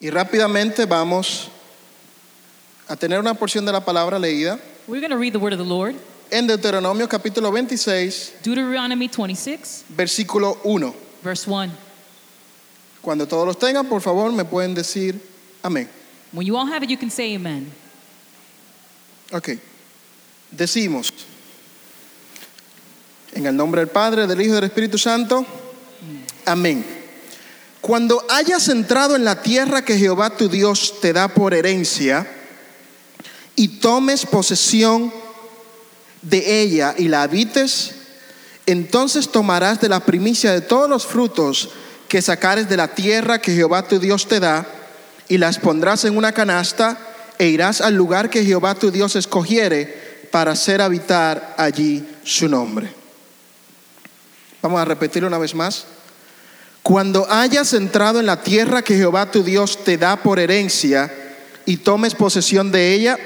Y rápidamente vamos a tener una porción de la palabra leída We're going to read the word of the Lord, en Deuteronomio capítulo 26, Deuteronomy 26, versículo 1. verse 1. Cuando todos los tengan, por favor, me pueden decir amén. When you all have it, you can say amen. Ok. Decimos, en el nombre del Padre, del Hijo y del Espíritu Santo, amén. Cuando hayas entrado en la tierra que Jehová tu Dios te da por herencia y tomes posesión de ella y la habites, entonces tomarás de la primicia de todos los frutos que sacares de la tierra que Jehová tu Dios te da, y las pondrás en una canasta, e irás al lugar que Jehová tu Dios escogiere para hacer habitar allí su nombre. Vamos a repetirlo una vez más. Cuando hayas entrado en la tierra que Jehová tu Dios te da por herencia y tomes posesión de ella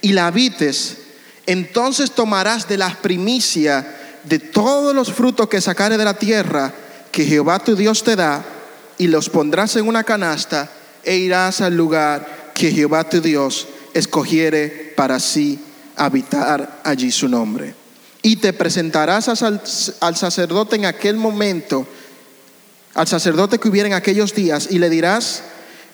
y la habites, entonces tomarás de las primicias de todos los frutos que sacare de la tierra que Jehová tu Dios te da y los pondrás en una canasta e irás al lugar que Jehová tu Dios escogiere para sí habitar allí su nombre. Y te presentarás al- al sacerdote en aquel momento al sacerdote que hubiera en aquellos días y le dirás,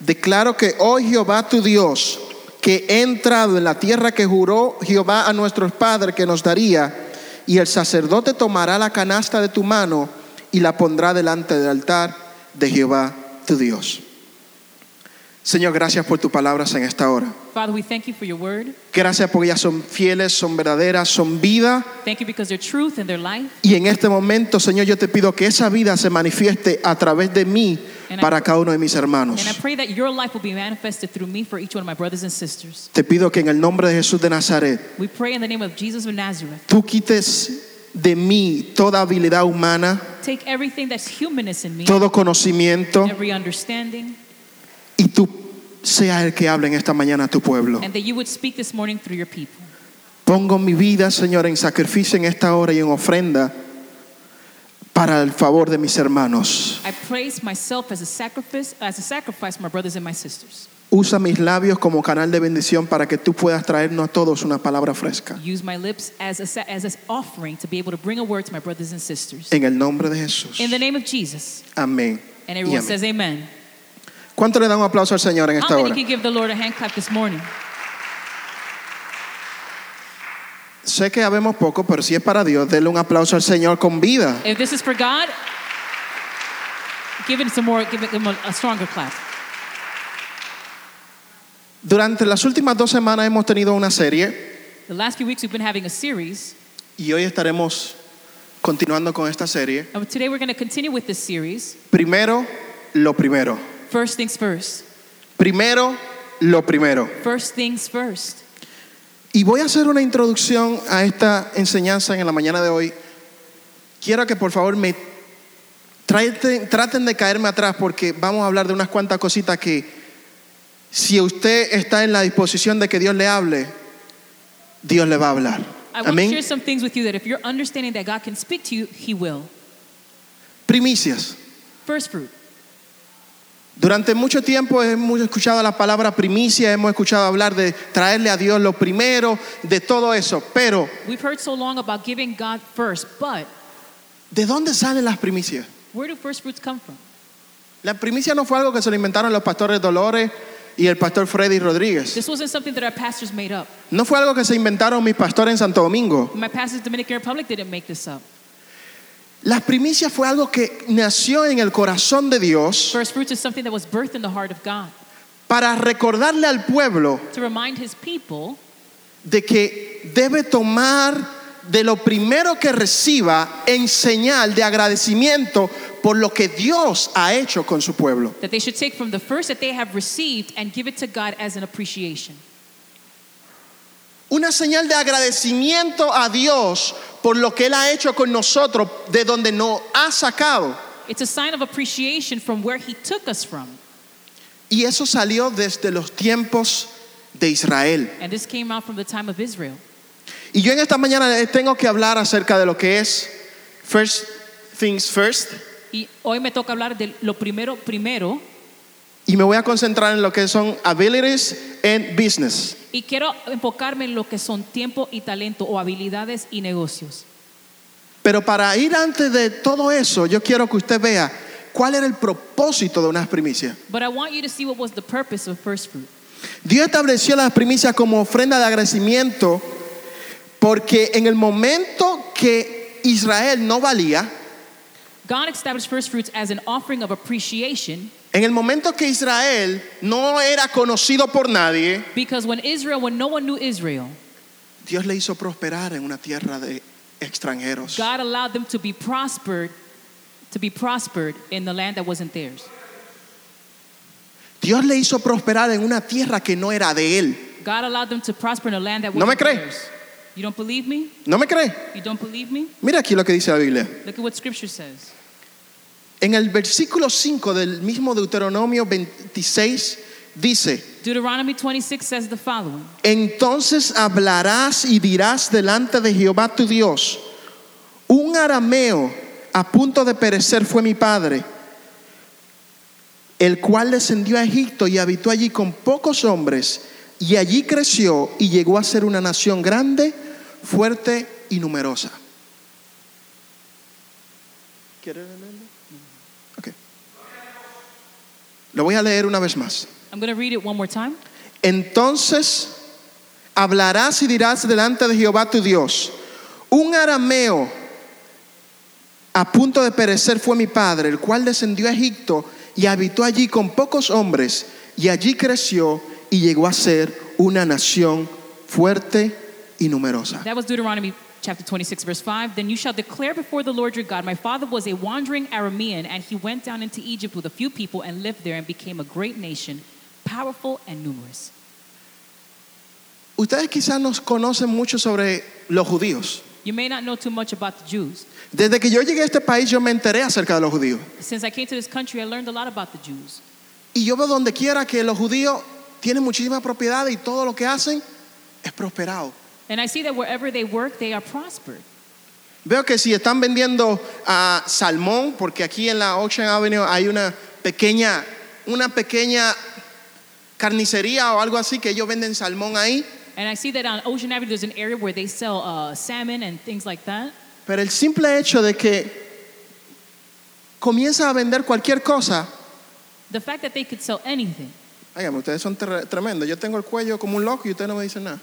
declaro que hoy Jehová tu Dios, que he entrado en la tierra que juró Jehová a nuestros padres que nos daría, y el sacerdote tomará la canasta de tu mano y la pondrá delante del altar de Jehová tu Dios. Señor, gracias por tus palabras en esta hora. Father, we thank you for your word. Gracias porque ellas son fieles, son verdaderas, son vida. Thank you because they're truth and they're life. Y en este momento, Señor, yo te pido que esa vida se manifieste a través de mí para cada uno de mis hermanos. And I pray that your life will be manifested through me for each one of my brothers and sisters. Te pido que en el nombre de Jesús de Nazaret, We pray in the name of Jesus of Nazareth. tú quites de mí toda habilidad humana, Take everything that's humanness in me, todo conocimiento, every understanding, y tú seas el que hable en esta mañana a tu pueblo. and that you would speak this morning through your people. Pongo mi vida, Señor, en sacrificio en esta hora y en ofrenda para el favor de mis hermanos. I praise myself as a sacrifice, as a sacrifice, my brothers and my sisters. Usa mis labios como canal de bendición para que tú puedas traernos a todos una palabra fresca. Use my lips as a sa- as an offering to be able to bring a word to my brothers and sisters. En el nombre de Jesús. In the name of Jesus. Amén. And y everyone amén. says amen. ¿Cuánto le dan un aplauso al Señor en esta How many hora? can give the Lord a hand clap this morning? Sé que habemos poco, pero si es para Dios, denle un aplauso al Señor con vida. If this is for God, give it some more, give him a, a stronger clap. Durante las últimas dos semanas hemos tenido una serie The last few weeks we've been having a series, y hoy estaremos continuando con esta serie. and today we're going to continue with this series. Primero, lo primero. First things first. Primero, lo primero. First things first. Y voy a hacer una introducción a esta enseñanza en la mañana de hoy. Quiero que por favor me traten, traten de caerme atrás porque vamos a hablar de unas cuantas cositas que si usted está en la disposición de que Dios le hable, Dios le va a hablar. I want to Amén. share some things with you that if you're understanding that God can speak to you, He will. Primicias. First fruit. Durante mucho tiempo hemos escuchado la palabra primicia, hemos escuchado hablar de traerle a Dios lo primero, de todo eso. Pero, We've heard so long about giving God first, but ¿de dónde salen las primicias? where do first fruits come from? La primicia no fue algo que se lo inventaron los pastores Dolores y el pastor Freddy Rodríguez. This wasn't something that our pastors made up. No fue algo que se inventaron mis pastores en Santo Domingo. My pastors, Dominican Republic, didn't make this up. Las primicias fue algo que nació en el corazón de Dios First fruits is something that was birthed in the heart of God para recordarle al pueblo to remind His people de que debe tomar de lo primero que reciba en señal de agradecimiento por lo que Dios ha hecho con su pueblo. that they should take from the first that they have received and give it to God as an appreciation. Una señal de agradecimiento a Dios por lo que Él ha hecho con nosotros, de donde nos ha sacado. It's a sign of appreciation from where He took us from. Y eso salió desde los tiempos de Israel. And this came out from the time of Israel. Y yo en esta mañana les tengo que hablar acerca de lo que es First Things First, Y hoy me toca hablar de lo primero, primero, Y me voy a concentrar en lo que son abilities and business. Y quiero enfocarme en lo que son tiempo y talento o habilidades y negocios. Pero para ir antes de todo eso, yo quiero que usted vea cuál era el propósito de unas primicias. But I want you to see what was the purpose of first fruit. Dios estableció las primicias como ofrenda de agradecimiento porque en el momento que Israel no valía, God established first fruits as an offering of appreciation en el momento que Israel no era conocido por nadie, because when Israel, when no one knew Israel, Dios le hizo prosperar en una tierra de extranjeros. God allowed them to be prospered, to be prospered in the land that wasn't theirs. Dios le hizo prosperar en una tierra que no era de él. God allowed them to prosper in a land that No me wasn't cree. theirs. You don't believe me? ¿No me cree? You don't believe me? Mira aquí lo que dice la Biblia. Look at what Scripture says. En el versículo 5 del mismo Deuteronomio 26 dice, Deuteronomy 26 says the following. entonces hablarás y dirás delante de Jehová tu Dios, un arameo a punto de perecer fue mi padre, el cual descendió a Egipto y habitó allí con pocos hombres, y allí creció y llegó a ser una nación grande, fuerte y numerosa. ¿Quiere leerlo? Ok. Lo voy a leer una vez más. I'm going to read it one more time. Entonces hablarás y dirás delante de Jehová tu Dios, un arameo a punto de perecer fue mi padre, el cual descendió a Egipto y habitó allí con pocos hombres, y allí creció y llegó a ser una nación fuerte y numerosa. That was Deuteronomy chapter 26, verse 5. Then you shall declare before the Lord your God, My father was a wandering Aramean, and he went down into Egypt with a few people and lived there and became a great nation, powerful and numerous. Ustedes quizás nos conocen mucho sobre los judíos. You may not know too much about the Jews. Desde que yo llegué a este país yo me enteré acerca de los judíos. Since I came to this country, I learned a lot about the Jews. Y yo veo donde quiera que los judíos tienen muchísima propiedad y todo lo que hacen es prosperado. And I see that wherever they work, they are prospered. Veo que si están vendiendo ah, salmón, porque aquí en la Ocean Avenue hay una pequeña, una pequeña carnicería o algo así que ellos venden salmón ahí, And I see that on Ocean Avenue, there's an area where they sell uh, salmon and things like that. pero el simple hecho de que comienza a vender cualquier cosa, The fact that they could sell anything. Óigame, ustedes son tre- tremendos, yo tengo el cuello como un loco y ustedes no me dicen nada.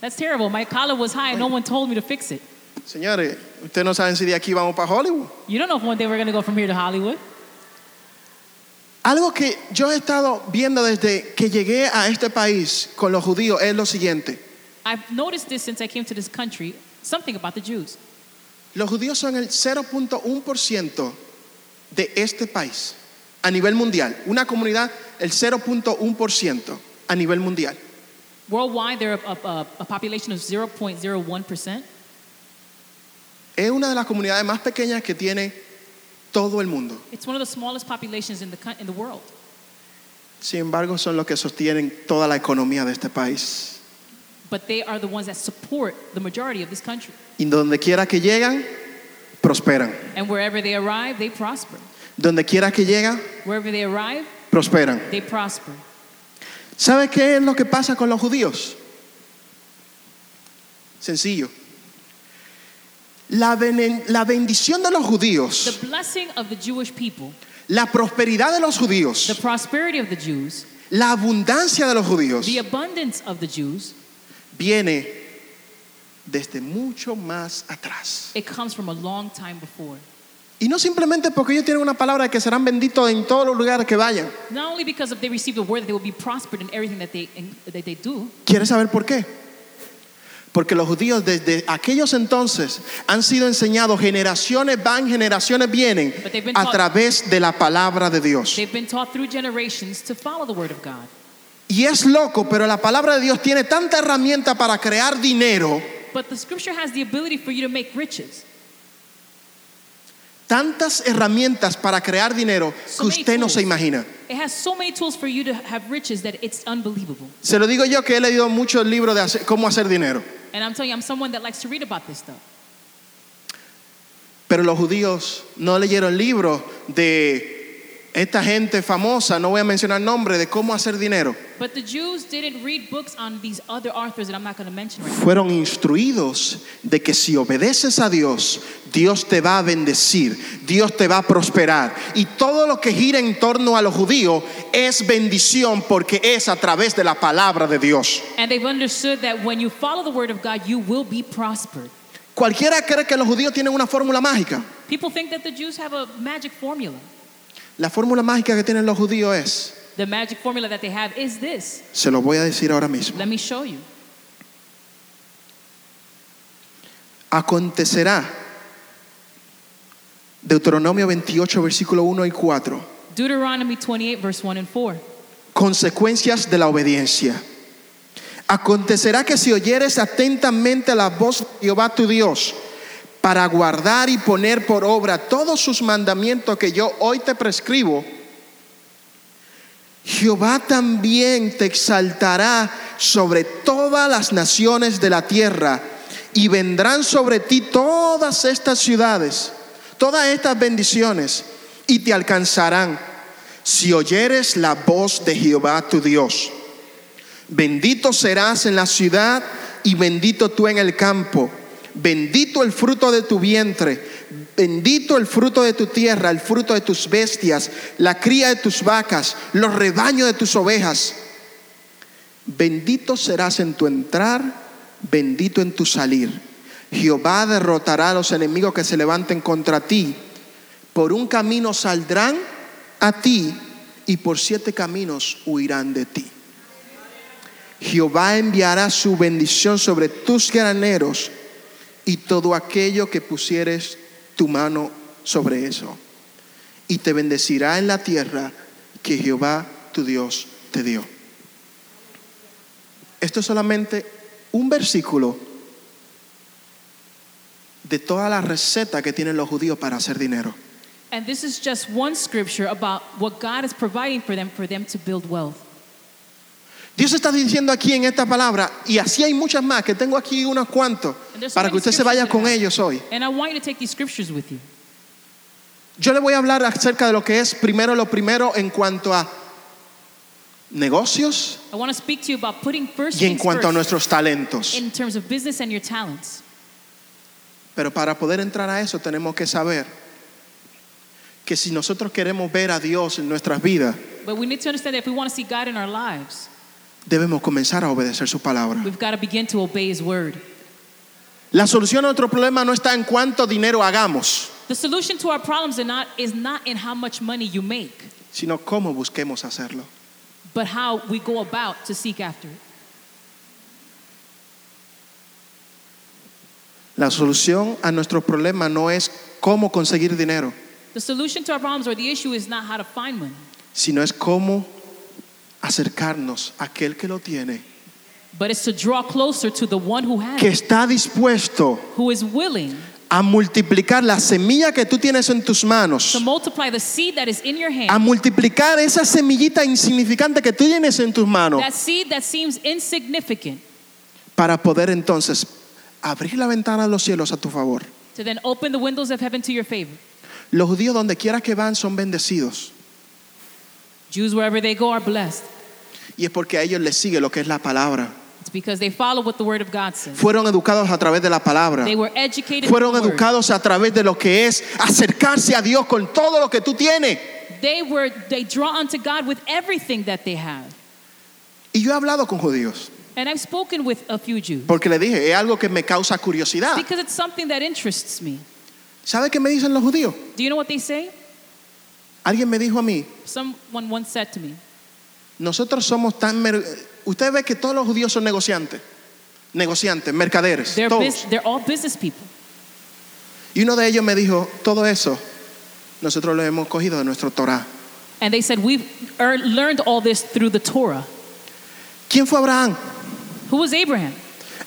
That's terrible. My collar was high and no one told me to fix it. Señores, ustedes no saben si de aquí vamos para Hollywood. You don't know if one day we're going to go from here to Hollywood. Algo que yo he estado viendo desde que llegué a este país con los judíos es lo siguiente. I've noticed this since I came to this country, something about the Jews. Los judíos son el 0.1% de este país a nivel mundial. Una comunidad, el 0.1% a nivel mundial. Worldwide, they're a, a, a population of 0.01%. Es una de las comunidades más pequeñas que tiene todo el mundo. It's one of the smallest populations in the, coun- in the world. Sin embargo, son los que sostienen toda la economía de este país. But they are the ones that support the majority of this country. Y donde quiera que llegan, prosperan. And wherever they arrive, they prosper. Donde quiera que llegan, Wherever they arrive, prosperan. they prosper. ¿Sabes qué es lo que pasa con los judíos? Sencillo. La, benen- la bendición de los judíos The blessing of the Jewish people, La prosperidad de los the judíos, prosperity of the Jews, la abundancia de los judíos, the abundance of the Jews, viene desde mucho más atrás. it comes from a long time before. Y no simplemente porque ellos tienen una palabra de que serán benditos en todos los lugares que vayan. Not only because if they receive the word, that they will be prospered in everything that they, in, that they do, ¿Quieres saber por qué? Porque los judíos desde aquellos entonces han sido enseñados, generaciones van, generaciones vienen, But they've been a taught- través de la palabra de Dios. They've been taught through generations to follow the word of God. Y es loco, pero la palabra de Dios tiene tanta herramienta para crear dinero, But the scripture has the ability for you to make riches. tantas herramientas para crear dinero que So many usted no se tools. imagina. It has so many tools for you to have riches that it's unbelievable. Se lo digo yo que he leído muchos libros de hacer- cómo hacer dinero, And I'm telling you, I'm someone that likes to read about this stuff. pero los judíos no leyeron libros de Esta gente famosa, no voy a mencionar nombre, de cómo hacer dinero, But the Jews didn't read books on these other authors that I'm not going to mention right now. fueron instruidos de que si obedeces a Dios, Dios te va a bendecir, Dios te va a prosperar. Y todo lo que gira en torno a lo judío es bendición porque es a través de la palabra de Dios. And they've understood that when you follow the word of God, you will be prospered. Cualquiera cree que los judíos tienen una fórmula mágica. People think that the Jews have a magic formula. La fórmula mágica que tienen los judíos es, The magic formula that they have is this. se lo voy a decir ahora mismo, Let me show you. acontecerá, Deuteronomio 28, versículo 1 y 4, Deuteronomy 28, verse 1 and 4. consecuencias de la obediencia. Acontecerá que si oyeres atentamente la voz de Jehová tu Dios, para guardar y poner por obra todos sus mandamientos que yo hoy te prescribo, Jehová también te exaltará sobre todas las naciones de la tierra y vendrán sobre ti todas estas ciudades, todas estas bendiciones y te alcanzarán si oyeres la voz de Jehová tu Dios. Bendito serás en la ciudad y bendito tú en el campo. Bendito el fruto de tu vientre, bendito el fruto de tu tierra, el fruto de tus bestias, la cría de tus vacas, los rebaños de tus ovejas. Bendito serás en tu entrar, bendito en tu salir. Jehová derrotará a los enemigos que se levanten contra ti. Por un camino saldrán a ti y por siete caminos huirán de ti. Jehová enviará su bendición sobre tus graneros y todo aquello que pusieres tu mano sobre eso. Y te bendecirá en la tierra que Jehová tu Dios te dio. Esto es solamente un versículo de toda la receta que tienen los judíos para hacer dinero. And this is just one scripture about what God is providing for them for them to build wealth. Dios está diciendo aquí en esta palabra, y así hay muchas más, que tengo aquí unos cuantos, And there's so para que many usted se scriptures vaya that con I- ellos hoy. And I want you to take these scriptures with you. Yo le voy a hablar acerca de lo que es primero lo primero en cuanto a negocios I want to speak to you about putting first y en things cuanto a first nuestros talentos. in terms of business and your talents. Pero para poder entrar a eso tenemos que saber que si nosotros queremos ver a Dios en nuestras vidas, But we need to understand that if we want to see God in our lives, debemos comenzar a obedecer su palabra. we've got to begin to obey His word. La solución a nuestro problema no está en cuánto dinero hagamos, The solution to our problems are not, is not in how much money you make, sino cómo busquemos hacerlo. but how we go about to seek after it. La solución a nuestro problema no es cómo conseguir dinero, The solution to our problems or the issue is not how to find money, sino es cómo acercarnos a aquel que lo tiene but it's to draw closer to the one who has que it, está dispuesto who is willing a multiplicar la semilla que tú tienes en tus to manos, multiply the seed that is in your a hand, multiplicar esa semillita insignificante que tú tienes en tus manos, that seed that seems insignificant, para poder entonces abrir la ventana de los cielos a tu favor. to then open the windows of heaven to your favor. Los judíos donde quiera que van son bendecidos Jews, wherever they go, are blessed. y es porque a ellos les sigue lo que es la palabra. It's because they follow what the word of God says. Fueron educados a través de la palabra. They were educated. Fueron in the word. educados a través de lo que es acercarse a Dios con todo lo que tú tienes. They were. They draw unto God with everything that they have. Y yo he hablado con judíos And I've spoken with a few Jews porque le dije, es algo que me causa curiosidad. because it's something that interests me. ¿Sabe qué me dicen los judíos? Do you know what they say? Alguien me dijo a mí, Someone once said to me, Nosotros somos tan... mer- Usted ve que todos los judíos son negociantes. Negociantes, mercaderes, "They're todos. bus- they're all business people." Y uno de ellos me dijo, todo eso nosotros lo hemos cogido de nuestro Torah. And they said, "We've ear- learned all this through the Torah." ¿Quién fue Abraham? Who was Abraham?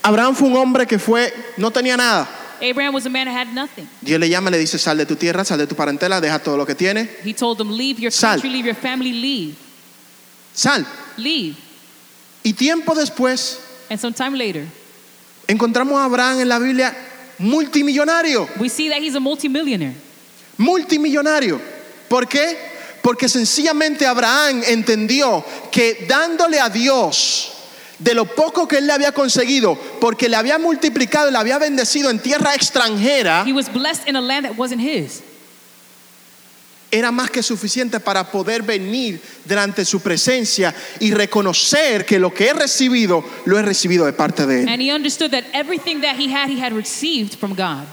Abraham fue un hombre que fue, no tenía nada. Abraham was a man who had nothing. Dios le llama y le dice, sal de tu tierra, sal de tu parentela, deja todo lo que tienes, He told them, "Leave your Sal. country, leave your family, leave, sal. leave." Y tiempo después And some time later, encontramos a Abraham en la Biblia multimillonario, we see that he's a multimillionaire. multimillonario. ¿Por qué? Porque sencillamente Abraham entendió que dándole a Dios de lo poco que él le había conseguido, porque le había multiplicado y le había bendecido en tierra extranjera, He was blessed in a land that wasn't his. era más que suficiente para poder venir delante de su presencia y reconocer que lo que he recibido, lo he recibido de parte de él. And he understood that everything that he had, he had received from God.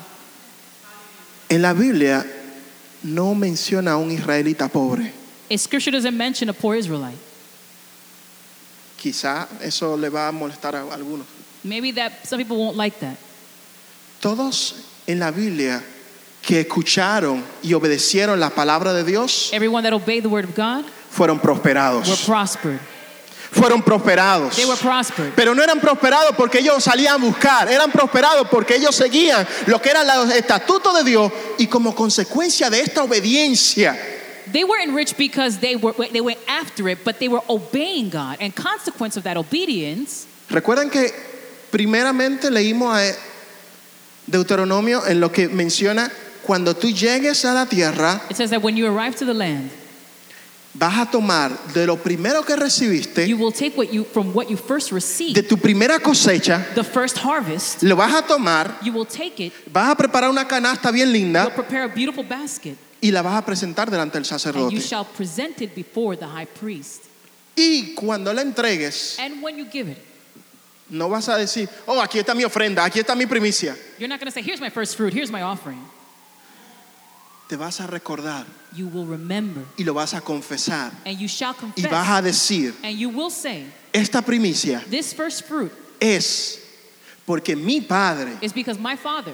En la Biblia no menciona a un israelita pobre. And scripture doesn't mention a poor Israelite. Quizá eso le va a molestar a algunos. Maybe that some people won't like that. Todos en la Biblia que escucharon y obedecieron la palabra de Dios Everyone that obeyed the word of God fueron were prosperados. prospered. Fueron prosperados. They were prospered. Pero no eran prosperados porque ellos salían a buscar, eran prosperados porque ellos seguían lo que eran los estatutos de Dios y como consecuencia de esta obediencia, They weren't rich because they were they went after it, but they were obeying God. And consequence of that obedience, recuerden que primeramente leímos a Deuteronomio en lo que menciona cuando tú llegues a la tierra it says that when you arrive to the land, vas a tomar de lo primero que recibiste, you will take what you from what you first received, de tu primera cosecha, the first harvest, lo vas a tomar, you will take it, vas a preparar una canasta bien you'll linda prepare a beautiful basket, y la vas a presentar delante del and you sacerdote. shall present it before the high priest. Y cuando la entregues, And when you give it, No vas a decir, oh, aquí está mi ofrenda, aquí está mi primicia. you're not going to say, "Here's my first fruit, here's my offering." Te vas a recordar You will remember, y lo vas a confesar. and you shall Y vas a confess, decir, and you will say, esta primicia "This first fruit es porque mi padre is because my father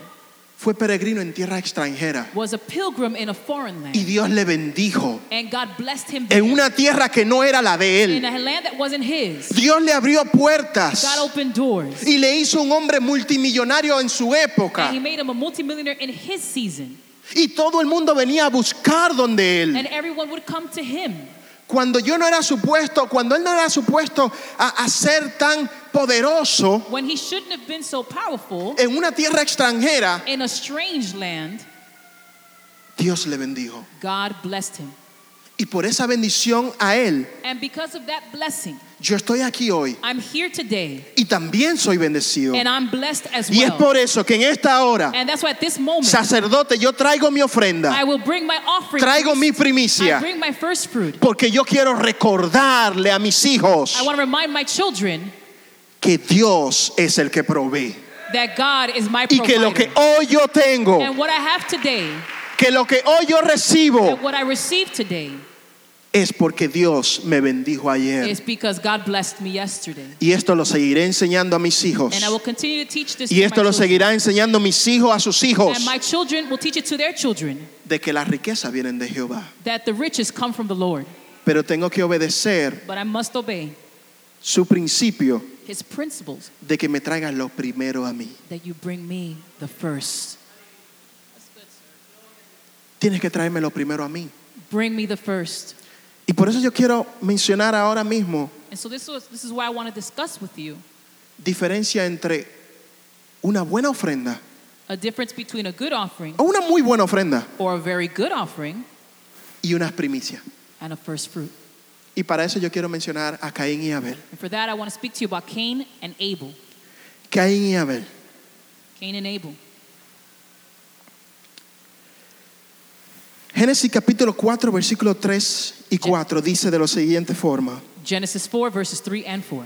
fue peregrino en tierra extranjera was a pilgrim in a foreign land." y Dios le bendijo And God blessed him there en una tierra que no era la de in él. a land that wasn't his. Dios le abrió God puertas opened doors. y le hizo un hombre multimillonario en su época. And he made him a multimillionaire in his season. Y todo el mundo venía a buscar donde él. And everyone would come to him. Cuando yo no era supuesto, cuando él no era supuesto a, a ser tan poderoso When he shouldn't have been so powerful en una tierra extranjera, in a strange land, Dios le bendijo. God blessed him. Y por esa bendición a él, And because of that blessing, yo estoy aquí hoy I'm here today y también soy bendecido. and I'm blessed as Y es well. por eso que en esta hora, And that's why at this moment, sacerdote, yo traigo mi I ofrenda, will bring my offering. traigo mi I primicia, bring my first fruit. porque yo quiero recordarle a mis hijos I want to remind my children que Dios es el que provee. that God is my Y que lo que provider. hoy yo tengo, And what I have today, que lo que hoy yo recibo, that what I received today, es porque Dios me bendijo ayer. It's because God blessed me yesterday. Y esto lo seguiré enseñando a mis hijos. And I will continue to teach this Y to my esto lo children. seguirá enseñando mis hijos a sus hijos. And my children will teach it to their children De que las riquezas vienen de Jehová. that the riches come from the Lord. Pero tengo que obedecer But I must obey su principio his principles de que me traigas lo primero a mí. that you bring me the first. Tienes que traerme lo primero a mí. Bring me the first. Y por eso yo quiero mencionar ahora mismo And so this was this is why I want to discuss with you diferencia entre una buena ofrenda a difference between a good offering o una muy buena ofrenda or a very good offering y unas primicias. and a first fruit. Y para eso yo quiero mencionar a Caín y Abel. And for that I want to speak to you about Cain and Abel. Caín y Abel. Cain and Abel. Génesis capítulo 4, versículo 3 y 4 dice de la siguiente forma. Genesis 4 verses 3 and 4.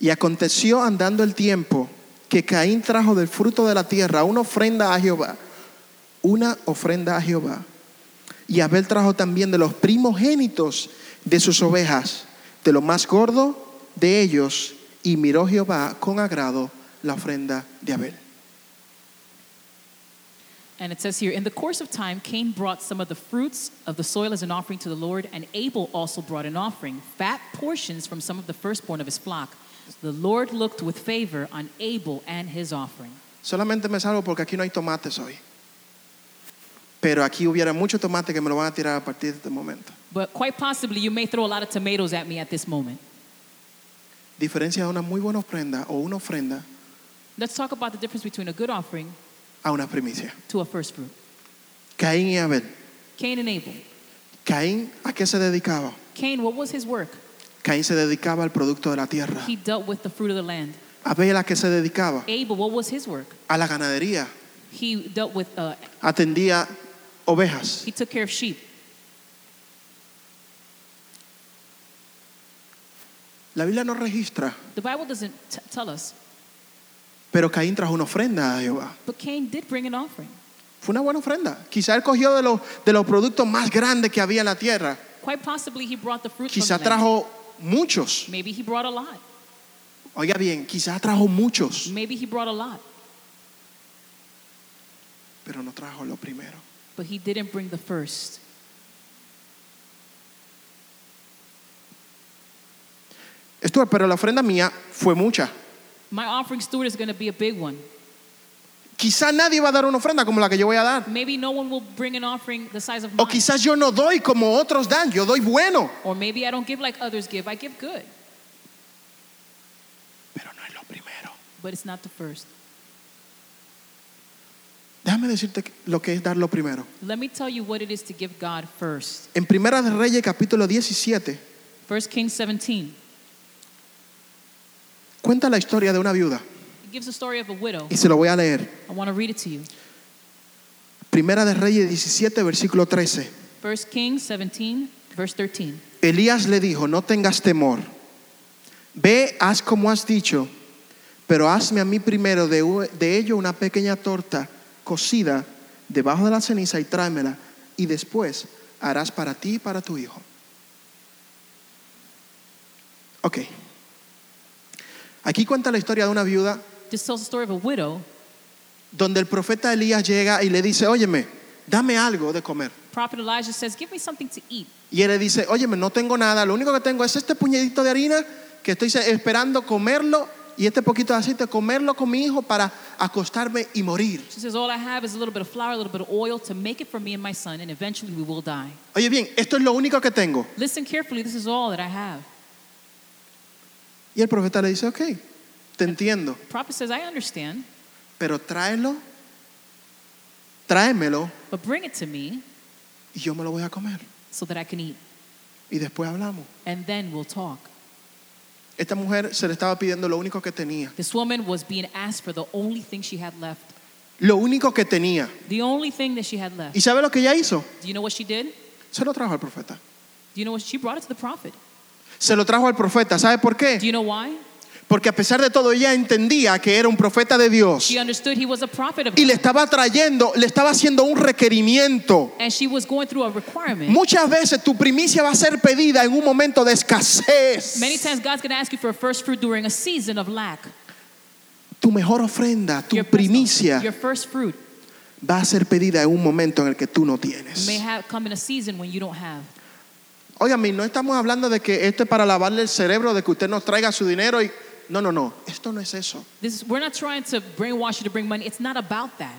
Y aconteció andando el tiempo que Caín trajo del fruto de la tierra una ofrenda a Jehová, una ofrenda a Jehová. Y Abel trajo también de los primogénitos de sus ovejas, de lo más gordo de ellos, y miró Jehová con agrado la ofrenda de Abel. And it says here, in the course of time, Cain brought some of the fruits of the soil as an offering to the Lord, and Abel also brought an offering, fat portions from some of the firstborn of his flock. The Lord looked with favor on Abel and his offering. Solamente me salvo porque aquí no hay tomates hoy. Pero aquí hubiera mucho tomate que me lo van a tirar a partir de este momento. But quite possibly, you may throw a lot of tomatoes at me at this moment. Diferencia de una muy buena ofrenda o una ofrenda Let's talk about the difference between a good offering a una primicia. to a first fruit. Caín y Abel. Cain and Abel. Caín, ¿a qué se dedicaba? Cain, what was his work? Caín se dedicaba al producto de la tierra. He dealt with the fruit of the land. Abel, ¿a qué se dedicaba? Abel, what was his work? A la ganadería. He dealt with, uh, Atendía ovejas. he took care of sheep. La Biblia no registra, The Bible doesn't t- tell us, pero Caín trajo una ofrenda a Jehová. but Cain did bring an offering. Fue una buena ofrenda. Quizá él cogió de los, de los productos más grandes que había en la tierra. Quite possibly he brought the fruit Quizá from the land. trajo muchos. Maybe he brought a lot. Oiga bien, quizá trajo muchos, Maybe he brought a lot, pero no trajo lo primero. but he didn't bring the first. Esto, pero la ofrenda mía fue mucha. My offering, Stuart, is going to be a big one. Quizá nadie va a dar una ofrenda como la que yo voy a dar. Maybe no one will bring an offering the size of O mine. quizás yo no doy como otros dan, yo doy bueno. Or maybe I don't give like others give. I give good, Pero no es lo primero. but it's not the first. Déjame decirte que- lo que es dar lo primero. Let me tell you what it is to give God first. En Primera de Reyes capítulo 17 First Kings 17. cuenta la historia de una viuda It gives the story of a widow. y se lo voy a leer. I want to read it to you. Primera de Reyes 17 versículo 13. First Kings 17, verse 13. Elías le dijo, no tengas temor. Ve, haz como has dicho, pero hazme a mí primero de, u- de ello una pequeña torta cocida debajo de la ceniza y tráemela, y después harás para ti y para tu hijo. Ok. Aquí cuenta la historia de una viuda This tells the story of a widow. donde el profeta Elías llega y le dice, óyeme, dame algo de comer. Prophet Elijah says, Give me something to eat. Y él le dice, óyeme, no tengo nada, lo único que tengo es este puñadito de harina que estoy se- esperando comerlo y este poquito de aceite, comerlo con mi hijo para acostarme y morir. She says, All I have is a little bit of flour, a little bit of oil to make it for me and my son, and eventually we will die. Oye bien, esto es lo único que tengo. Listen carefully, this is all that I have. Y el profeta le dice, ok, te entiendo, Prophet says, I understand, pero tráelo, tráemelo but bring it to me y yo me lo voy a comer. so that I can eat, Y después hablamos. and then we'll talk. Esta mujer se le estaba pidiendo lo único que tenía, This woman was being asked for the only thing she had left. lo único que tenía. The only thing that she had left. ¿Y sabe lo que ella hizo? Do you know what she did? Do Se lo trajo al profeta. you know what? She brought it to the prophet. Se lo trajo al profeta. ¿Sabe por qué? Do you know why? Porque a pesar de todo ella entendía que era un profeta de Dios She understood he was a prophet of y God. le estaba trayendo, le estaba haciendo un requerimiento. And she was going through a requirement. Muchas veces tu primicia va a ser pedida en un momento de escasez. Many times God's going to ask you for a first fruit during a season of lack. Tu mejor ofrenda, tu Your best- Your primicia first fruit va a ser pedida en un momento en el que tú no tienes. may have come in a season when you don't have. Óigame, no estamos hablando de que esto es para lavarle el cerebro, de que usted nos traiga su dinero y... No, no, no, esto no es eso. This, we're not trying to brainwash you to bring money. It's not about that.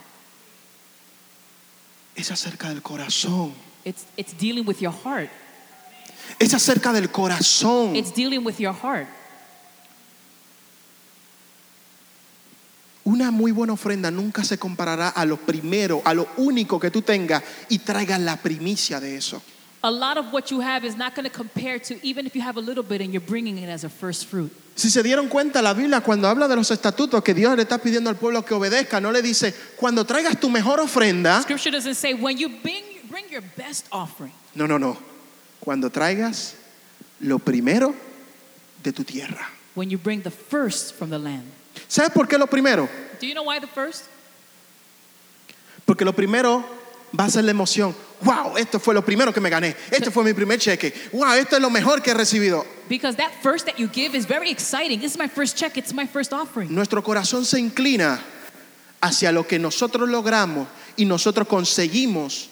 Es acerca del corazón. It's, it's dealing with your heart. Es acerca del corazón. It's dealing with your heart. Una muy buena ofrenda nunca se comparará a lo primero, a lo único que tú tengas y traigas la primicia de eso. A lot of what you have is not going to compare to even if you have a little bit and you're bringing it as a first fruit. Si se dieron cuenta, la Biblia cuando habla de los estatutos que Dios le está pidiendo al pueblo que obedezca, no le dice, cuando traigas tu mejor ofrenda, Scripture doesn't say when you bring, bring your best offering. no, no, no, cuando traigas lo primero de tu tierra. when you bring the first from the land. ¿Sabes por qué lo primero? Do you know why the first? Porque lo primero va a ser la emoción. Wow, esto fue lo primero que me gané. Esto fue mi primer cheque. Wow, esto es lo mejor que he recibido. Because that first that you give is very exciting. This is my first check, it's my first offering. Nuestro corazón se inclina hacia lo que nosotros logramos y nosotros conseguimos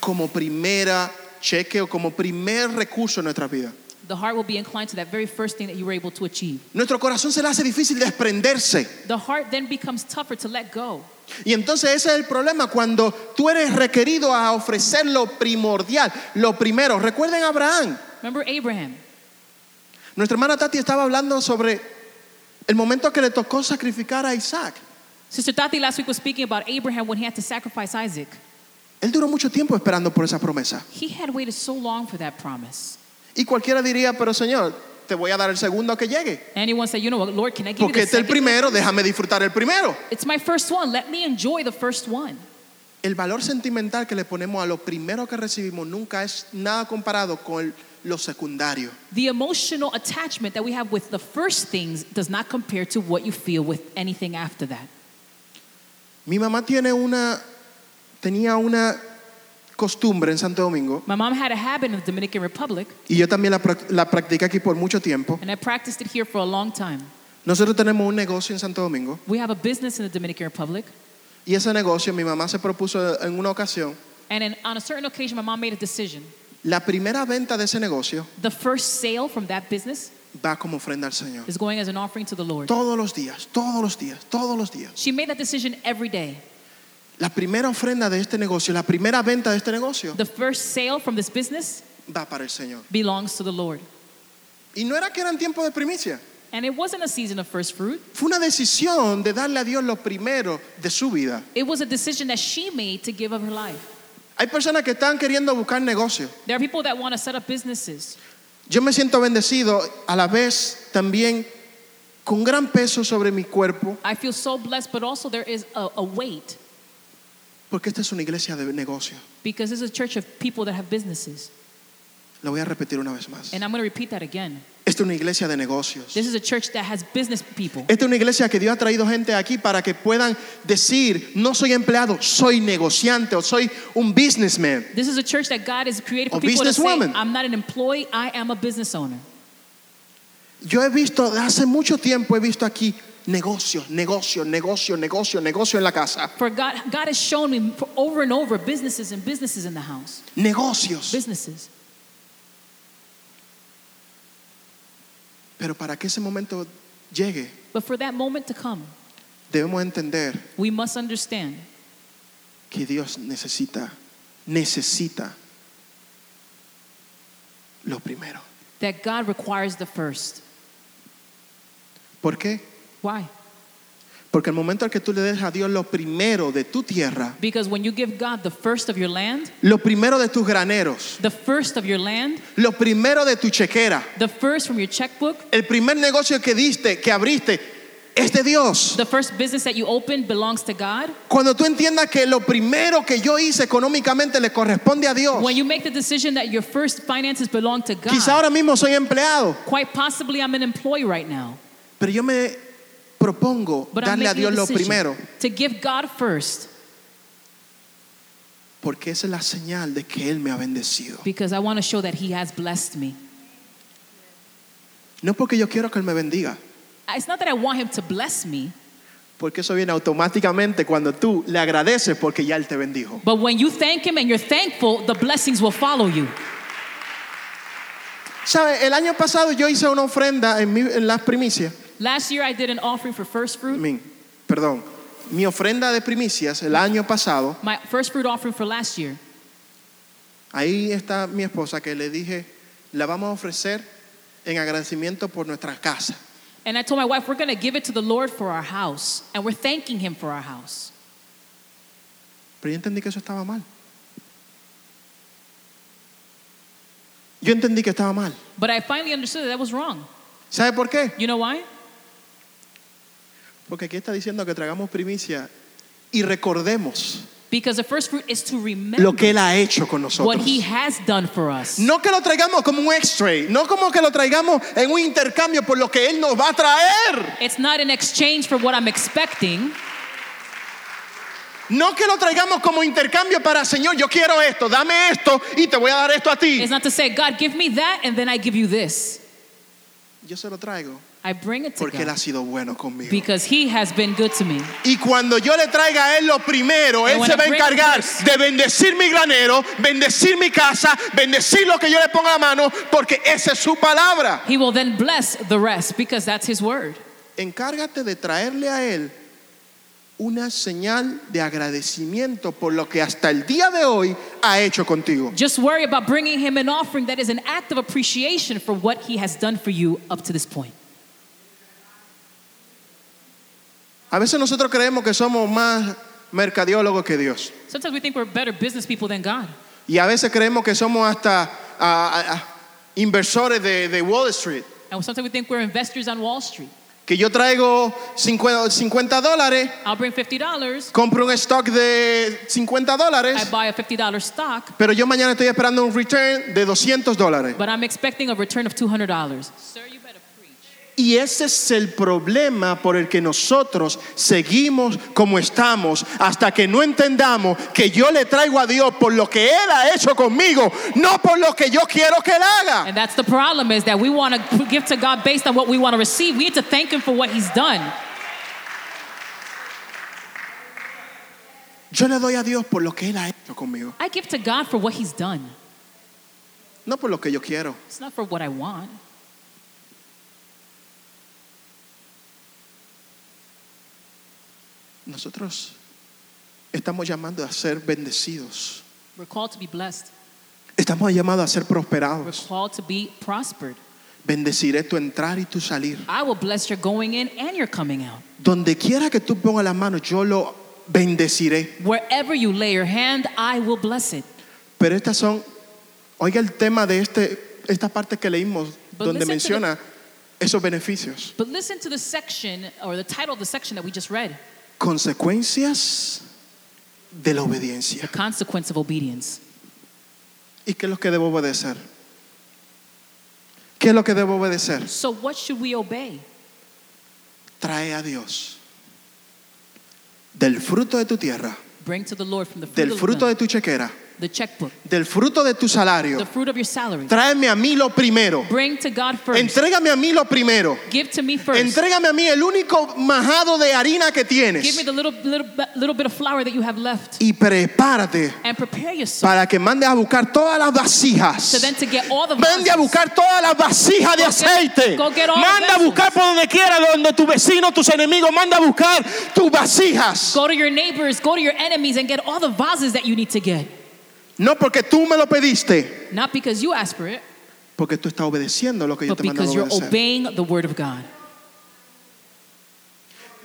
como primera cheque o como primer recurso en nuestra vida. The heart will be inclined to that very first thing that you were able to achieve. Nuestro corazón se le hace difícil desprenderse. The heart then becomes tougher to let go. Y entonces ese es el problema cuando tú eres requerido a ofrecer lo primordial, lo primero. Recuerden a Abraham. Remember Abraham. Nuestra hermana Tati estaba hablando sobre el momento que le tocó sacrificar a Isaac. Sister Tati last week was speaking about Abraham when he had to sacrifice Isaac. Él duró mucho tiempo esperando por esa promesa. He had waited so long for that promise. Y cualquiera diría, pero Señor, te voy a dar el segundo a que llegue. Anyone said, you know what, Lord, can I give Porque you the este es el second? primero, déjame disfrutar el primero. It's my first one. Let me enjoy the first one. El valor sentimental que le ponemos a lo primero que recibimos nunca es nada comparado con el- lo secundario. The emotional attachment that we have with the first things does not compare to what you feel with anything after that. Mi mamá tiene una, tenía una costumbre en Santo Domingo, My mom had a habit in the Dominican Republic, y yo también la, prac- la practiqué aquí por mucho tiempo. and I practiced it here for a long time. Nosotros tenemos un negocio en Santo Domingo, We have a business in the Dominican Republic, y ese negocio mi mamá se propuso en una ocasión, and in, on a certain occasion, my mom made a decision. la primera venta de ese negocio The first sale from that business va como ofrenda al Señor. is going as an offering to the Lord. Todos los días, todos los días, todos los días. She made that decision every day. La primera ofrenda de este negocio, la primera venta de este negocio The first sale from this business va para el Señor. belongs to the Lord. Y no era que eran tiempos de primicia. And it wasn't a season of first fruit. Fue una decisión de darle a Dios lo primero de su vida. It was a decision that she made to give of her life. Hay personas que están queriendo buscar negocio. There are people that want to set up businesses. Yo me siento bendecido a la vez también con gran peso sobre mi cuerpo, I feel so blessed, but also there is a, a weight porque esta es una iglesia de negocio. because this is a church of people that have businesses. Lo voy a repetir una vez más. And I'm going to repeat that again. Esta es una iglesia de negocios. This is a church that has business people. Esta es una iglesia que Dios ha traído gente aquí para que puedan decir, no soy empleado, soy negociante o soy un businessman. This is a church that God has created for A people to say, businesswoman. I'm not an employee, I am a business owner. Yo he visto, hace mucho tiempo he visto aquí negocios, negocios, negocios, negocios, negocios en la casa. For God, God has shown me for over and over businesses and businesses in the house. Negocios. Businesses. Pero para que ese momento llegue, But for that moment to come, debemos entender we must understand que Dios necesita, necesita lo primero. that God requires the first. ¿Por qué? Why? Porque el momento en que tú le des a Dios lo primero de tu tierra, Because when you give God the first of your land, lo primero de tus graneros, the first of your land, Lo primero de tu chequera, the first from your checkbook, el primer negocio que diste, que abriste, es de Dios. the first business that you open belongs to God. Cuando tú entiendas que lo primero que yo hice económicamente le corresponde a Dios, When you make the decision that your first finances belong to God, quizá ahora mismo soy empleado, quite possibly I'm an employee right now, pero yo me propongo but I'm darle a making Dios a lo decision primero, to give God first porque esa es la señal de que Él me ha bendecido. because I want to show that He has blessed me. No porque yo quiero que Él me bendiga, It's not that I want Him to bless me, porque eso viene automáticamente cuando tú le agradeces porque ya Él te bendijo. but when you thank Him and you're thankful, the blessings will follow you. ¿Sabe? El año pasado yo hice una ofrenda en, mi- en las primicias. Last year I did an offering for first fruit. Mi- perdón, mi ofrenda de primicias el año pasado, My first fruit offering for last year. ahí está mi esposa que le dije, la vamos a ofrecer en agradecimiento por nuestra casa. And I told my wife, we're going to give it to the Lord for our house. And we're thanking Him for our house. Pero yo entendí que eso estaba mal. Yo entendí que estaba mal. But I finally understood that that was wrong. ¿Sabe por qué? You know why? Porque aquí está diciendo que tragamos primicia y recordemos Because the first fruit is to remember lo que Él ha hecho con what nosotros. He has done for us. No que lo traigamos como un extra, no como que lo traigamos en un intercambio por lo que Él nos va a traer. It's not an exchange for what I'm expecting. No que lo traigamos como intercambio para Señor, yo quiero esto, dame esto y te voy a dar esto a ti. It's not to say, God, give me that, and then I give you this. Yo se lo traigo I bring it to porque Él ha God sido bueno conmigo. because He has been good to me. Y cuando yo le traiga a Él lo primero, And Él when se I va a bring encargar first- de bendecir mi granero, bendecir mi casa, bendecir lo que yo le ponga a mano, porque esa es su palabra. He will then bless the rest because that's His word. Encárgate de traerle a Él una señal de agradecimiento por lo que hasta el día de hoy ha hecho contigo. Just worry about bringing Him an offering that is an act of appreciation for what He has done for you up to this point. A veces nosotros creemos que somos más mercadiólogos que Dios. Sometimes we think we're better business people than God. Y a veces creemos que somos hasta ah, ah, ah, inversores de, de Wall Street. And sometimes we think we're investors on Wall Street. Que yo traigo 50, 50 dólares, I'll bring $50, compro un stock de 50 dólares, I buy a $50 stock, pero yo mañana estoy esperando un return de 200 dólares. but I'm expecting a return of $200. Sir, you better preach. Y ese es el problema por el que nosotros seguimos como estamos hasta que no entendamos que yo le traigo a Dios por lo que Él ha hecho conmigo, no por lo que yo quiero que Él haga. And that's the problem is that we want to give to God based on what we want to receive. We need to thank him for what he's done. Yo le doy a Dios por lo que Él ha hecho conmigo, I give to God for what he's done. no por lo que yo quiero. It's not for what I want. Nosotros estamos llamando a ser bendecidos. We're called to be blessed. Estamos llamados a ser We're prosperados. called to be prospered. Bendeciré tu entrar y tu salir. I will bless your going in and your coming out. Donde quiera que tú pongas la mano, yo lo bendeciré. Wherever you lay your hand, I will bless it. Pero estas son, oiga el tema de este, esta parte que leímos, But donde listen to menciona esos beneficios. But listen to the section or the title of the section that we just read Consecuencias de la obediencia. Consequence of Obedience. ¿Y qué es lo que debo obedecer? ¿Qué es lo que debo obedecer? So, what should we obey? Trae a Dios del fruto de tu tierra, Bring to the Lord from the fruit, del of fruto the, de tu chequera, the checkbook, del fruto de tu the salario. fruit of your salary. Tráeme a mí lo primero. Bring to God first. Entrégame a mí lo primero. Give to me first. Entrégame a mí el único majado de harina que Give me tienes. the little, little, little bit of flour that you have left Y prepárate and prepare yourself para que mandes a buscar todas las to then vasijas. to get all the Mande a vessels. buscar todas las vasijas de Go get- aceite. go get all the Manda a vessels. buscar por donde quiera, donde tu vecino, tus enemigos, manda a buscar tus vasijas. Go to your neighbors, go to your enemies, and get all the vases that you need to get. No porque tú me lo pediste, Not because you ask for it, porque tú estás obedeciendo lo que yo but te mando a because you're obedecer. obeying the word of God.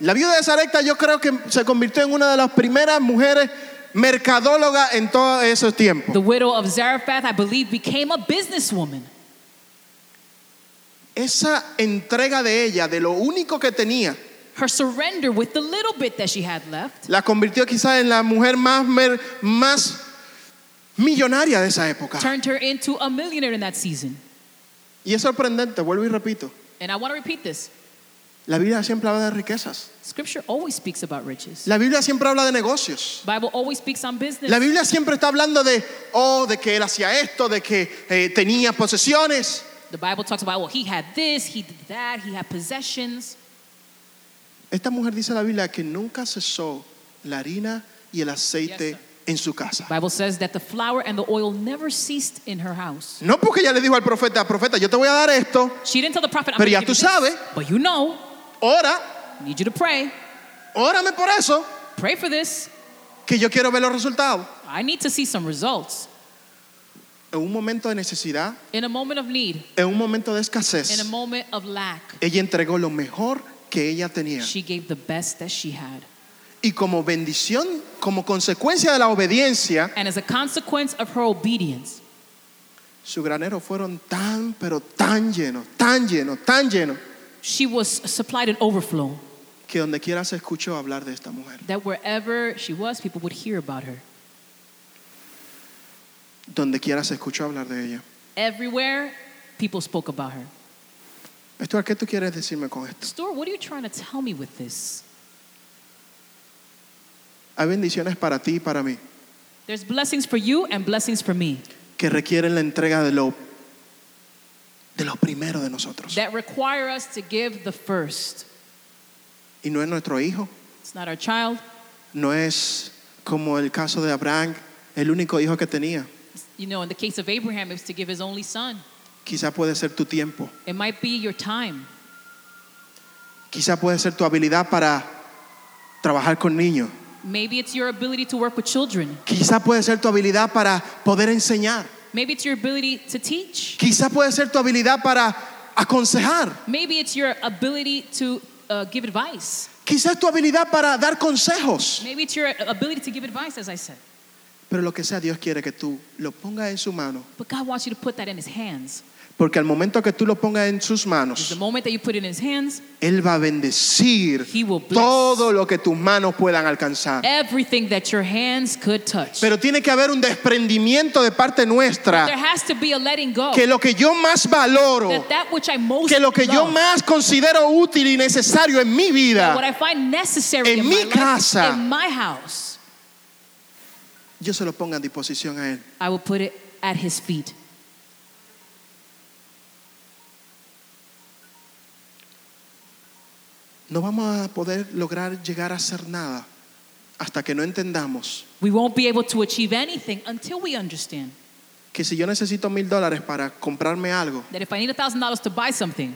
La viuda de Sarepta yo creo que se convirtió en una de las primeras mujeres mercadólogas en todos esos tiempos. The widow of Zarephath, I believe, became a businesswoman. Esa entrega de ella, de lo único que tenía, Her surrender with the little bit that she had left la convirtió quizás en la mujer más, mer- más millonaria de esa época. turned her into a millionaire in that season. Y es sorprendente, vuelvo y repito, And I want to repeat this la Biblia siempre habla de riquezas, scripture always speaks about riches, la Biblia siempre habla de negocios. Bible always speaks on business. La Biblia siempre está hablando de, oh, de que él hacía esto, de que eh, tenía posesiones. The Bible talks about, well, he had this, he did that, he had possessions. Esta mujer dice en la Biblia que nunca cesó la harina y el aceite Yes, en su casa. The Bible says that the flour and the oil never ceased in her house. No porque ella le dijo al profeta, profeta, yo te voy a dar esto, She didn't tell the prophet, I'm Pero gonna ya give you tú this, sabes. but you know, ora, I need you to pray. órame por eso, Pray for this. que yo quiero ver los resultados. I need to see some results. En un momento de necesidad, In a moment of need, en un momento de in a escasez, moment of lack, ella entregó lo mejor que ella tenía. she gave the best that she had. Y como bendición, como consecuencia de la obediencia, And as a consequence of her obedience, sus graneros fueron tan, pero tan llenos, tan llenos, tan llenos, she was supplied an overflow que donde quiera se escuchó hablar de esta mujer. that wherever she was, people would hear about her. Donde quiera se escuchó hablar de ella. Everywhere, people spoke about her. Esto, ¿qué tú quieres decirme con esto? Stuart, what are you trying to tell me with this? Hay bendiciones para ti y para mí There's blessings for you and blessings for me que requieren la entrega de lo, de lo primero de nosotros. that require us to give the first. Y no es nuestro hijo, It's not our child. no es como el caso de Abraham, el único hijo que tenía. You know, in the case of Abraham, it was to give his only son. Quizá puede ser tu tiempo, It might be your time. quizá puede ser tu habilidad para trabajar con niños, Maybe it's your ability to work with children. quizá puede ser tu habilidad para poder enseñar, Maybe it's your ability to teach. quizá puede ser tu habilidad para aconsejar, Maybe it's your ability to uh, give advice. Quizás tu habilidad para dar consejos. Maybe it's your uh, ability to give advice, as I said. Pero lo que sea, Dios quiere que tú lo pongas en su mano. But God wants you to put that in His hands. Porque al momento que tú lo pongas en sus The manos, moment that you put it in His hands, Él va a bendecir He will bless. todo lo que tus manos puedan alcanzar. everything that your hands could touch. Pero tiene que haber un desprendimiento de parte there nuestra. has to be a letting go. Que lo que yo más valoro, that that which I most que lo que yo love, más considero útil y necesario en mi what vida, I find necessary En in mi my casa. life, in my house, yo se lo ponga a disposición a Él. I will put it at His feet. No vamos a poder lograr llegar a hacer nada hasta que no entendamos We won't be able to achieve anything until we understand que si yo necesito mil dólares para comprarme algo, that if I need a thousand dollars to buy something,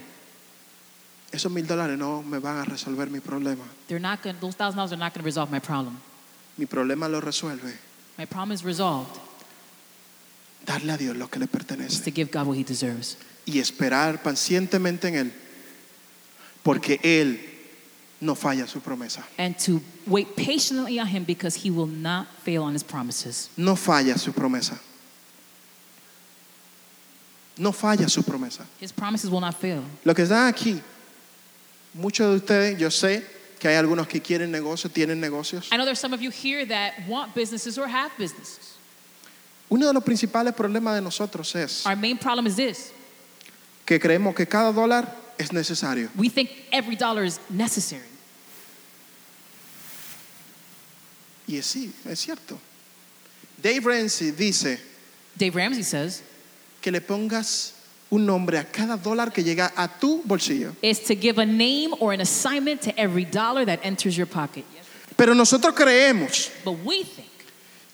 esos mil dólares no me van a resolver mi problema. they're not going. Those thousand dollars are not going to resolve my problem. Mi problema lo resuelve My problem is resolved. darle a Dios lo que le Is to pertenece give God what He deserves y esperar pacientemente en Él, porque Él no falla su promesa, and to wait patiently on Him because He will not fail on His promises. no falla su promesa, no falla su promesa. His promises will not fail. Lo que están aquí, muchos de ustedes, yo sé que hay algunos que quieren negocios, tienen negocios. I know there's some of you here that want businesses or have businesses. Uno de los principales problemas de nosotros es Our main problem is this: que creemos que cada dólar es necesario. we think every dollar is necessary, Y es, sí, es cierto. Dave Ramsey dice Dave Ramsey says, que le pongas un nombre a cada dólar que llega a tu bolsillo. is to give a name or an assignment to every dollar that enters your pocket. Pero nosotros creemos But we think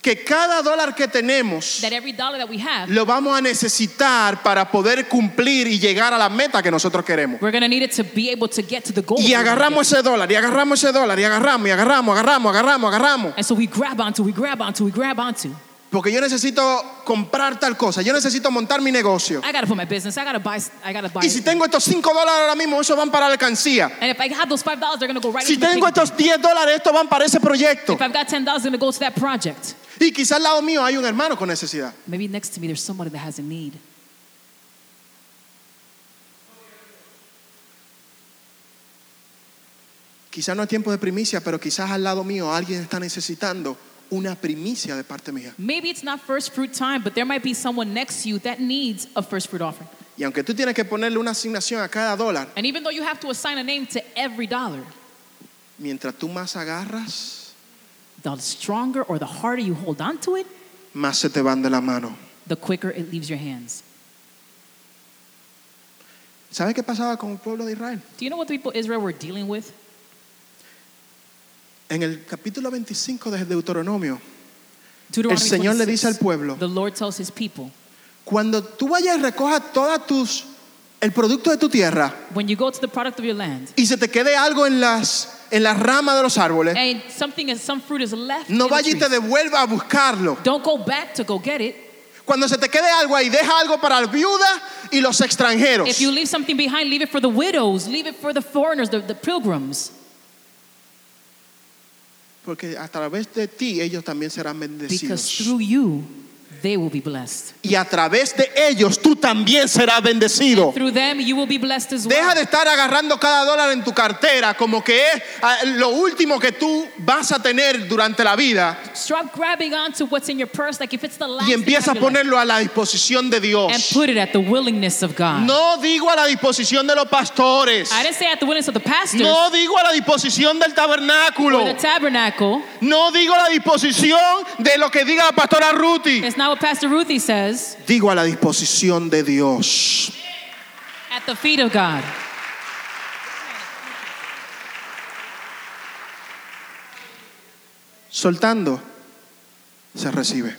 que cada dólar que tenemos that every dollar that we have, lo vamos a necesitar para poder cumplir y llegar a la meta que nosotros queremos. we're going to need it to be able to get to the goal. Y that we wanna agarramos get. ese dólar, y agarramos ese dólar, y agarramos, y agarramos, agarramos, agarramos, agarramos. And so we grab onto, we grab onto, we grab onto. Porque yo necesito comprar tal cosa, yo necesito montar mi negocio. I got to put my business, I got to buy, I got to buy. Y si tengo estos 5 dólares ahora mismo, esos van para la alcancía. and if I have those $5, dollars, they're going to go right Si into the tengo chicken. estos 10 dólares, estos van para ese proyecto. If I've got $10, dollars, they're going to go to that project. Y quizás al lado mío hay un hermano con necesidad. Maybe next to me, there's somebody that has a need. Quizás no es tiempo de primicia, pero quizás al lado mío alguien está necesitando una primicia de parte mía. Maybe it's not first fruit time, but there might be someone next to you that needs a first fruit offering. Y aunque tú tienes que ponerle una asignación a cada dólar, And even though you have to assign a name to every dollar, mientras tú más agarras, the stronger or the harder you hold on to it, más se te van de la mano. the quicker it leaves your hands. ¿Sabes qué pasaba con el pueblo de Israel? Do you know what the people of Israel were dealing with? En el capítulo 25 de Deuteronomio, el Deuteronomy Señor le dice al 26, pueblo, The Lord tells his people, cuando tú vayas y recojas todas tus el producto de tu tierra when you go to the product of your land, y se te quede algo en las en las ramas de los árboles, and something is, some fruit is left, Eh? no in the vayas y te trees, devuelva a buscarlo. don't go back to go get it. Cuando se te quede algo ahí, deja algo para la viuda y los extranjeros. If you leave something behind, leave it for the widows, leave it for the foreigners, the, the pilgrims, Porque a través de ti ellos también serán because bendecidos. through you, they will be blessed. Y a través de ellos tú también serás bendecido. Through them, you will be blessed as well. Deja de estar agarrando cada dólar en tu cartera como que es ah, lo último que tú vas a tener durante la vida Stop grabbing onto what's in your purse, like if it's the last. y thing empieza a out of your life, ponerlo a la disposición de And Dios. put it at the willingness of God. No digo a la disposición de los pastores. I didn't say at the willingness of the pastors No digo a la disposición del or tabernáculo. the tabernacle. No digo a la disposición de lo que diga la pastora Ruti. It's not what Pastor Ruthie says. Digo a la disposición de Dios. At the feet of God. Soltando se recibe.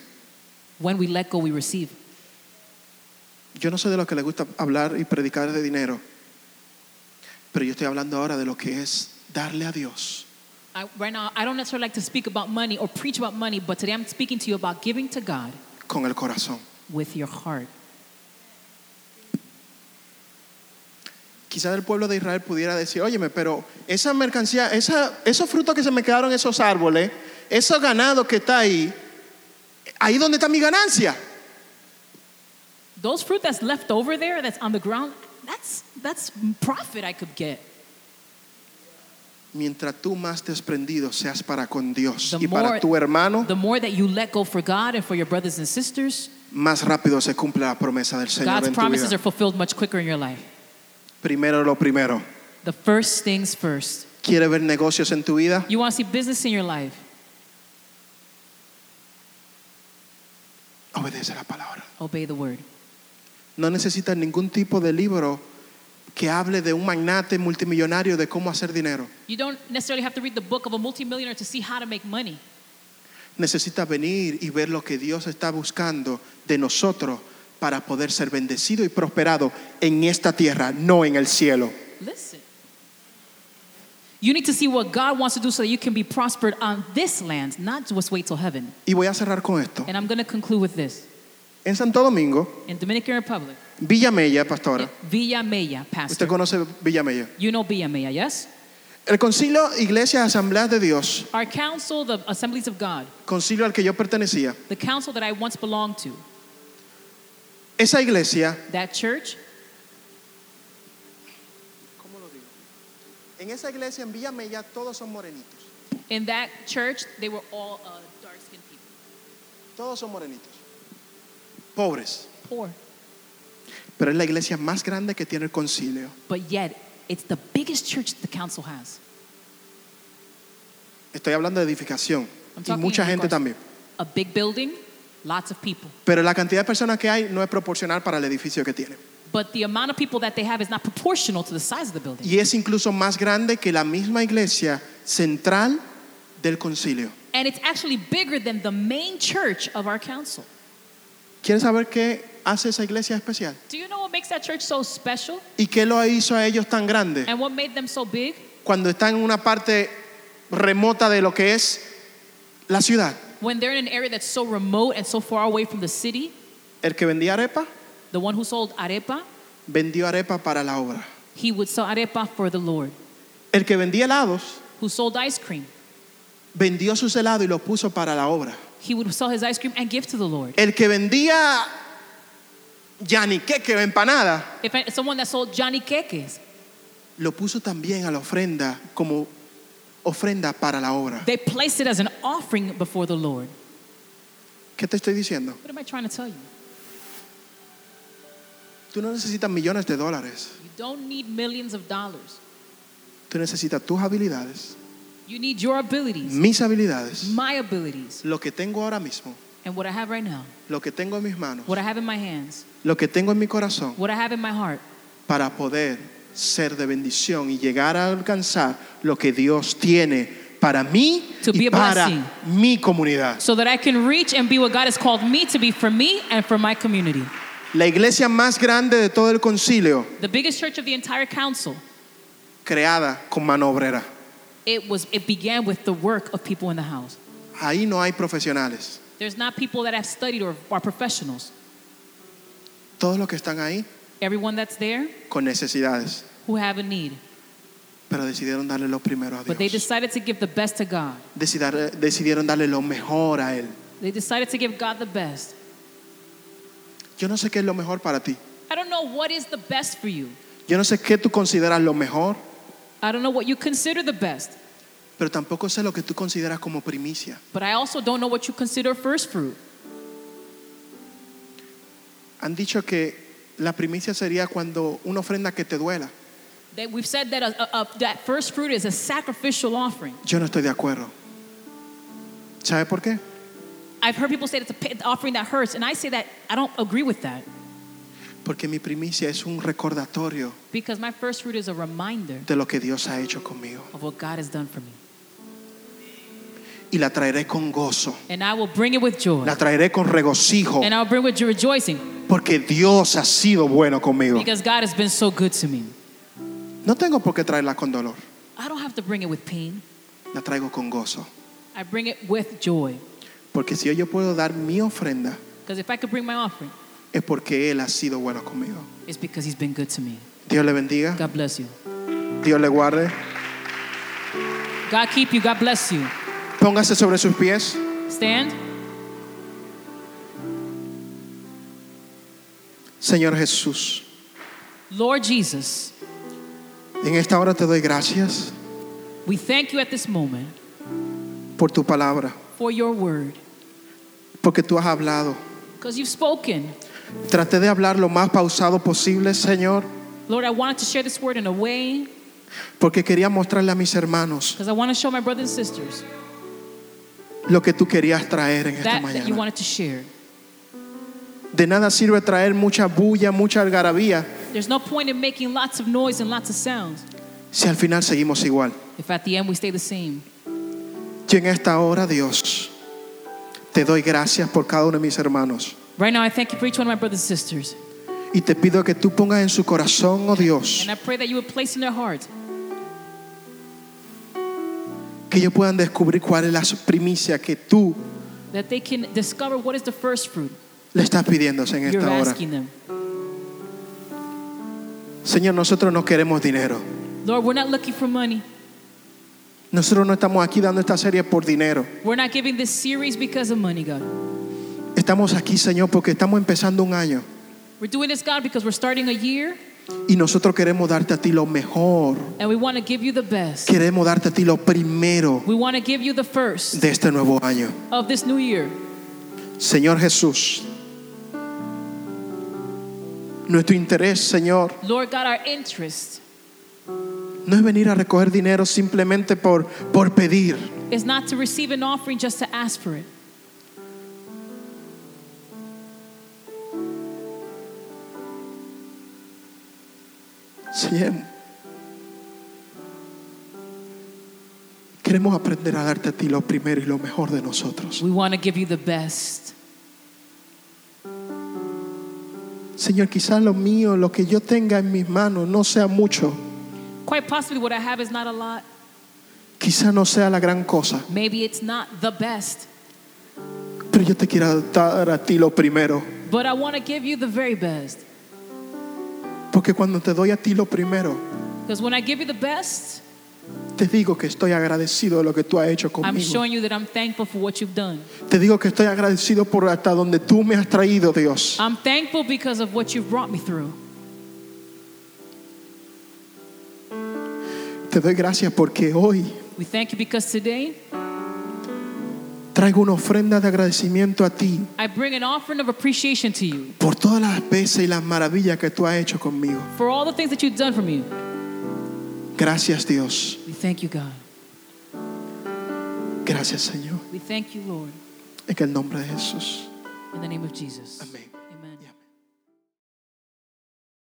When we let go, we receive. Yo no soy de los que les gusta hablar y predicar de dinero, pero yo estoy hablando ahora de lo que es darle a Dios. I, right now, I don't necessarily like to speak about money or preach about money, but today I'm speaking to you about giving to God con el corazón. with your heart. quizás el pueblo de Israel pudiera decir, óyeme, pero esa mercancía, esa, esos frutos que se me quedaron, esos árboles, esos ganado que está ahí, ahí donde está mi ganancia. Those fruit that's left over there, that's on the ground, that's, that's profit I could get. Mientras tú más desprendido seas para con Dios The y para more- tu hermano, The more that you let go for God and for your brothers and sisters, más rápido se cumple la promesa del Señor God's en tu promises are vida. fulfilled much quicker in your life. Primero lo primero. The first things first. ¿Quieres ver negocios en tu vida? You want to see business in your life? Obedece la palabra. Obey the word. No necesitas ningún tipo de libro que hable de un magnate multimillonario de cómo hacer dinero. You don't necessarily have to read the book of a multimillionaire to see how to make money. Necesitas venir y ver lo que Dios está buscando de nosotros para poder ser bendecido y prosperado en esta tierra, no en el cielo. Listen. You need to see what God wants to do so that you can be prospered on this land, not just wait till heaven. Y voy a cerrar con esto. And I'm going to conclude with this. En Santo Domingo, In Dominican Republic, Villa Mella, pastora. Villa Mella, Usted Pastor. conoce Villa Mella. You know Villa Mella, yes? El Concilio Iglesias Asambleas de Dios, Our council, the Assemblies of God, concilio al que yo pertenecía, the council that I once belonged to, esa iglesia, that church, en esa iglesia en Villa Mella todos son morenitos, in that church, they were all uh, dark skinned people, todos son morenitos, pobres. poor. Pero es la iglesia más grande que tiene el concilio. But yet, it's the biggest church the council has. Estoy hablando de edificación I'm y talking mucha gente también. edificación. A big building, lots of people. Pero la cantidad de personas que hay no es proporcional para el edificio que tiene. But the amount of people that they have is not proportional to the size of the building. Y es incluso más grande que la misma iglesia central del concilio. And it's actually bigger than the main church of our council. ¿Quieres saber qué hace esa iglesia especial? Do you know what makes that church so special ¿Y qué lo hizo a ellos tan grande? and what made them so big? Cuando están en una parte remota de lo que es la ciudad. When they're in an area that's so remote and so far away from the city, El que vendía arepa, the one who sold arepa, vendió arepa para la obra. he would sell arepa for the Lord. El que vendía helados, Who sold ice cream, vendió sus helados y los puso para la obra. he would sell his ice cream and give to the Lord. El que vendía yaniqueque o empanada, If I- someone that sold Johnny Kekes, lo puso también a la ofrenda como ofrenda para la obra. they placed it as an offering before the Lord. ¿Qué te estoy diciendo? What am I trying to tell you? Tú no necesitas millones de dólares. You don't need millions of dollars. Tú necesitas tus habilidades, You need your abilities, mis habilidades, my abilities, lo que tengo ahora mismo, and what I have right now, lo que tengo en mis manos, what I have in my hands, lo que tengo en mi corazón what I have in my heart, para poder ser de bendición y llegar a alcanzar lo que Dios tiene para mí To be y a para blessing. mi comunidad. so that I can reach and be what God has called me to be for me and for my community. La iglesia más grande de todo el concilio, The biggest church of the entire council, creada con mano obrera. it was it began with the work of people in the house. Ahí no hay profesionales. There's not people that have studied or are professionals. Todos los que están ahí Everyone that's there con necesidades, who have a need, pero decidieron darle lo primero a but they Dios. decided to give the best to God. Decidar- eh, decidieron darle lo mejor a Él. They decided to give God the best. Yo no sé qué es lo mejor para ti. I don't know what is the best for you. Yo no sé qué tú consideras lo mejor, I don't know what you consider the best, pero tampoco sé lo que tú consideras como primicia. but I also don't know what you consider first fruit. Han dicho que la primicia sería cuando una ofrenda que te duela. That we've said that a, a, a- that first fruit is a sacrificial offering. Yo no estoy de acuerdo. ¿Sabe por qué? I've heard people say that it's an offering that hurts, and I say that I don't agree with that Porque mi primicia es un recordatorio because my first fruit is a reminder de lo que Dios ha hecho conmigo of what God has done for me, y la traeré con gozo, and I will bring it with joy, la traeré con regocijo, and I'll bring with rejoicing porque Dios ha sido bueno conmigo. because God has been so good to me. No tengo por qué traerla con dolor, I don't have to bring it with pain. la traigo con gozo, I bring it with joy porque si yo puedo dar mi ofrenda because if I could bring my offering, es porque Él ha sido bueno conmigo. it's because He's been good to me. Dios le bendiga, God bless you. Dios le guarde. God keep you. God bless you. Póngase sobre sus pies. Stand. Señor Jesús, Lord Jesus, en esta hora te doy gracias we thank you at this moment por tu palabra, for your word porque tú has hablado. because you've spoken. Traté de hablar lo más pausado posible, Señor, Lord, I wanted to share this word in a way porque quería mostrarle a mis hermanos because I want to show my brothers and sisters lo que tú querías traer en esta that, that you mañana. wanted to share. De nada sirve traer mucha bulla, mucha algarabía, There's no point in making lots of noise and lots of sounds si al final seguimos igual. if at the end we stay the same. Yo en esta hora, Dios, te doy gracias por cada uno de mis hermanos. Right now, I thank you for each one of my brothers and sisters. Y te pido que tú pongas en su corazón, oh Dios, And I pray that you would place in their hearts que ellos puedan descubrir cuál es la primicia que tú that they can discover what is the first fruit le estás pidiendo en you're esta hora. asking them. Señor, nosotros no queremos dinero. Lord, we're not looking for money. Nosotros no estamos aquí dando esta serie por dinero. We're not giving this series because of money, God. Estamos aquí, Señor, porque estamos empezando un año We're doing this, God, because we're starting a year y nosotros queremos darte a ti lo mejor. and we want to give you the best. Queremos darte a ti lo primero We want to give you the first de este nuevo año. of this new year. Señor Jesús, nuestro interés, Señor, Lord God, our interest no es venir a recoger dinero simplemente por, por pedir. is not to receive an offering just to ask for it. Señor, queremos aprender a darte a ti lo primero y lo mejor de nosotros. We want to give you the best. Señor, quizás lo mío, lo que yo tenga en mis manos, no sea mucho. Quite possibly, what I have is not a lot. Quizá no sea la gran cosa, Maybe it's not the best, pero yo te quiero dar a ti lo primero. but I want to give you the very best. Porque cuando te doy a ti lo primero, Because when I give you the best, te digo que estoy agradecido de lo que tú has hecho I'm conmigo. showing you that I'm thankful for what you've done. Te digo que estoy agradecido por hasta donde tú me has traído, Dios. I'm thankful because of what you've brought me through. Te doy gracias porque hoy We thank you because today traigo una ofrenda de agradecimiento a ti I bring an offering of appreciation to you por todas las veces y las maravillas que tú has hecho conmigo. for all the things that you've done for me. Gracias, Dios. We thank you, God. Gracias, Señor. We thank you, Lord, En el nombre de Jesús. in the name of Jesus. Amén.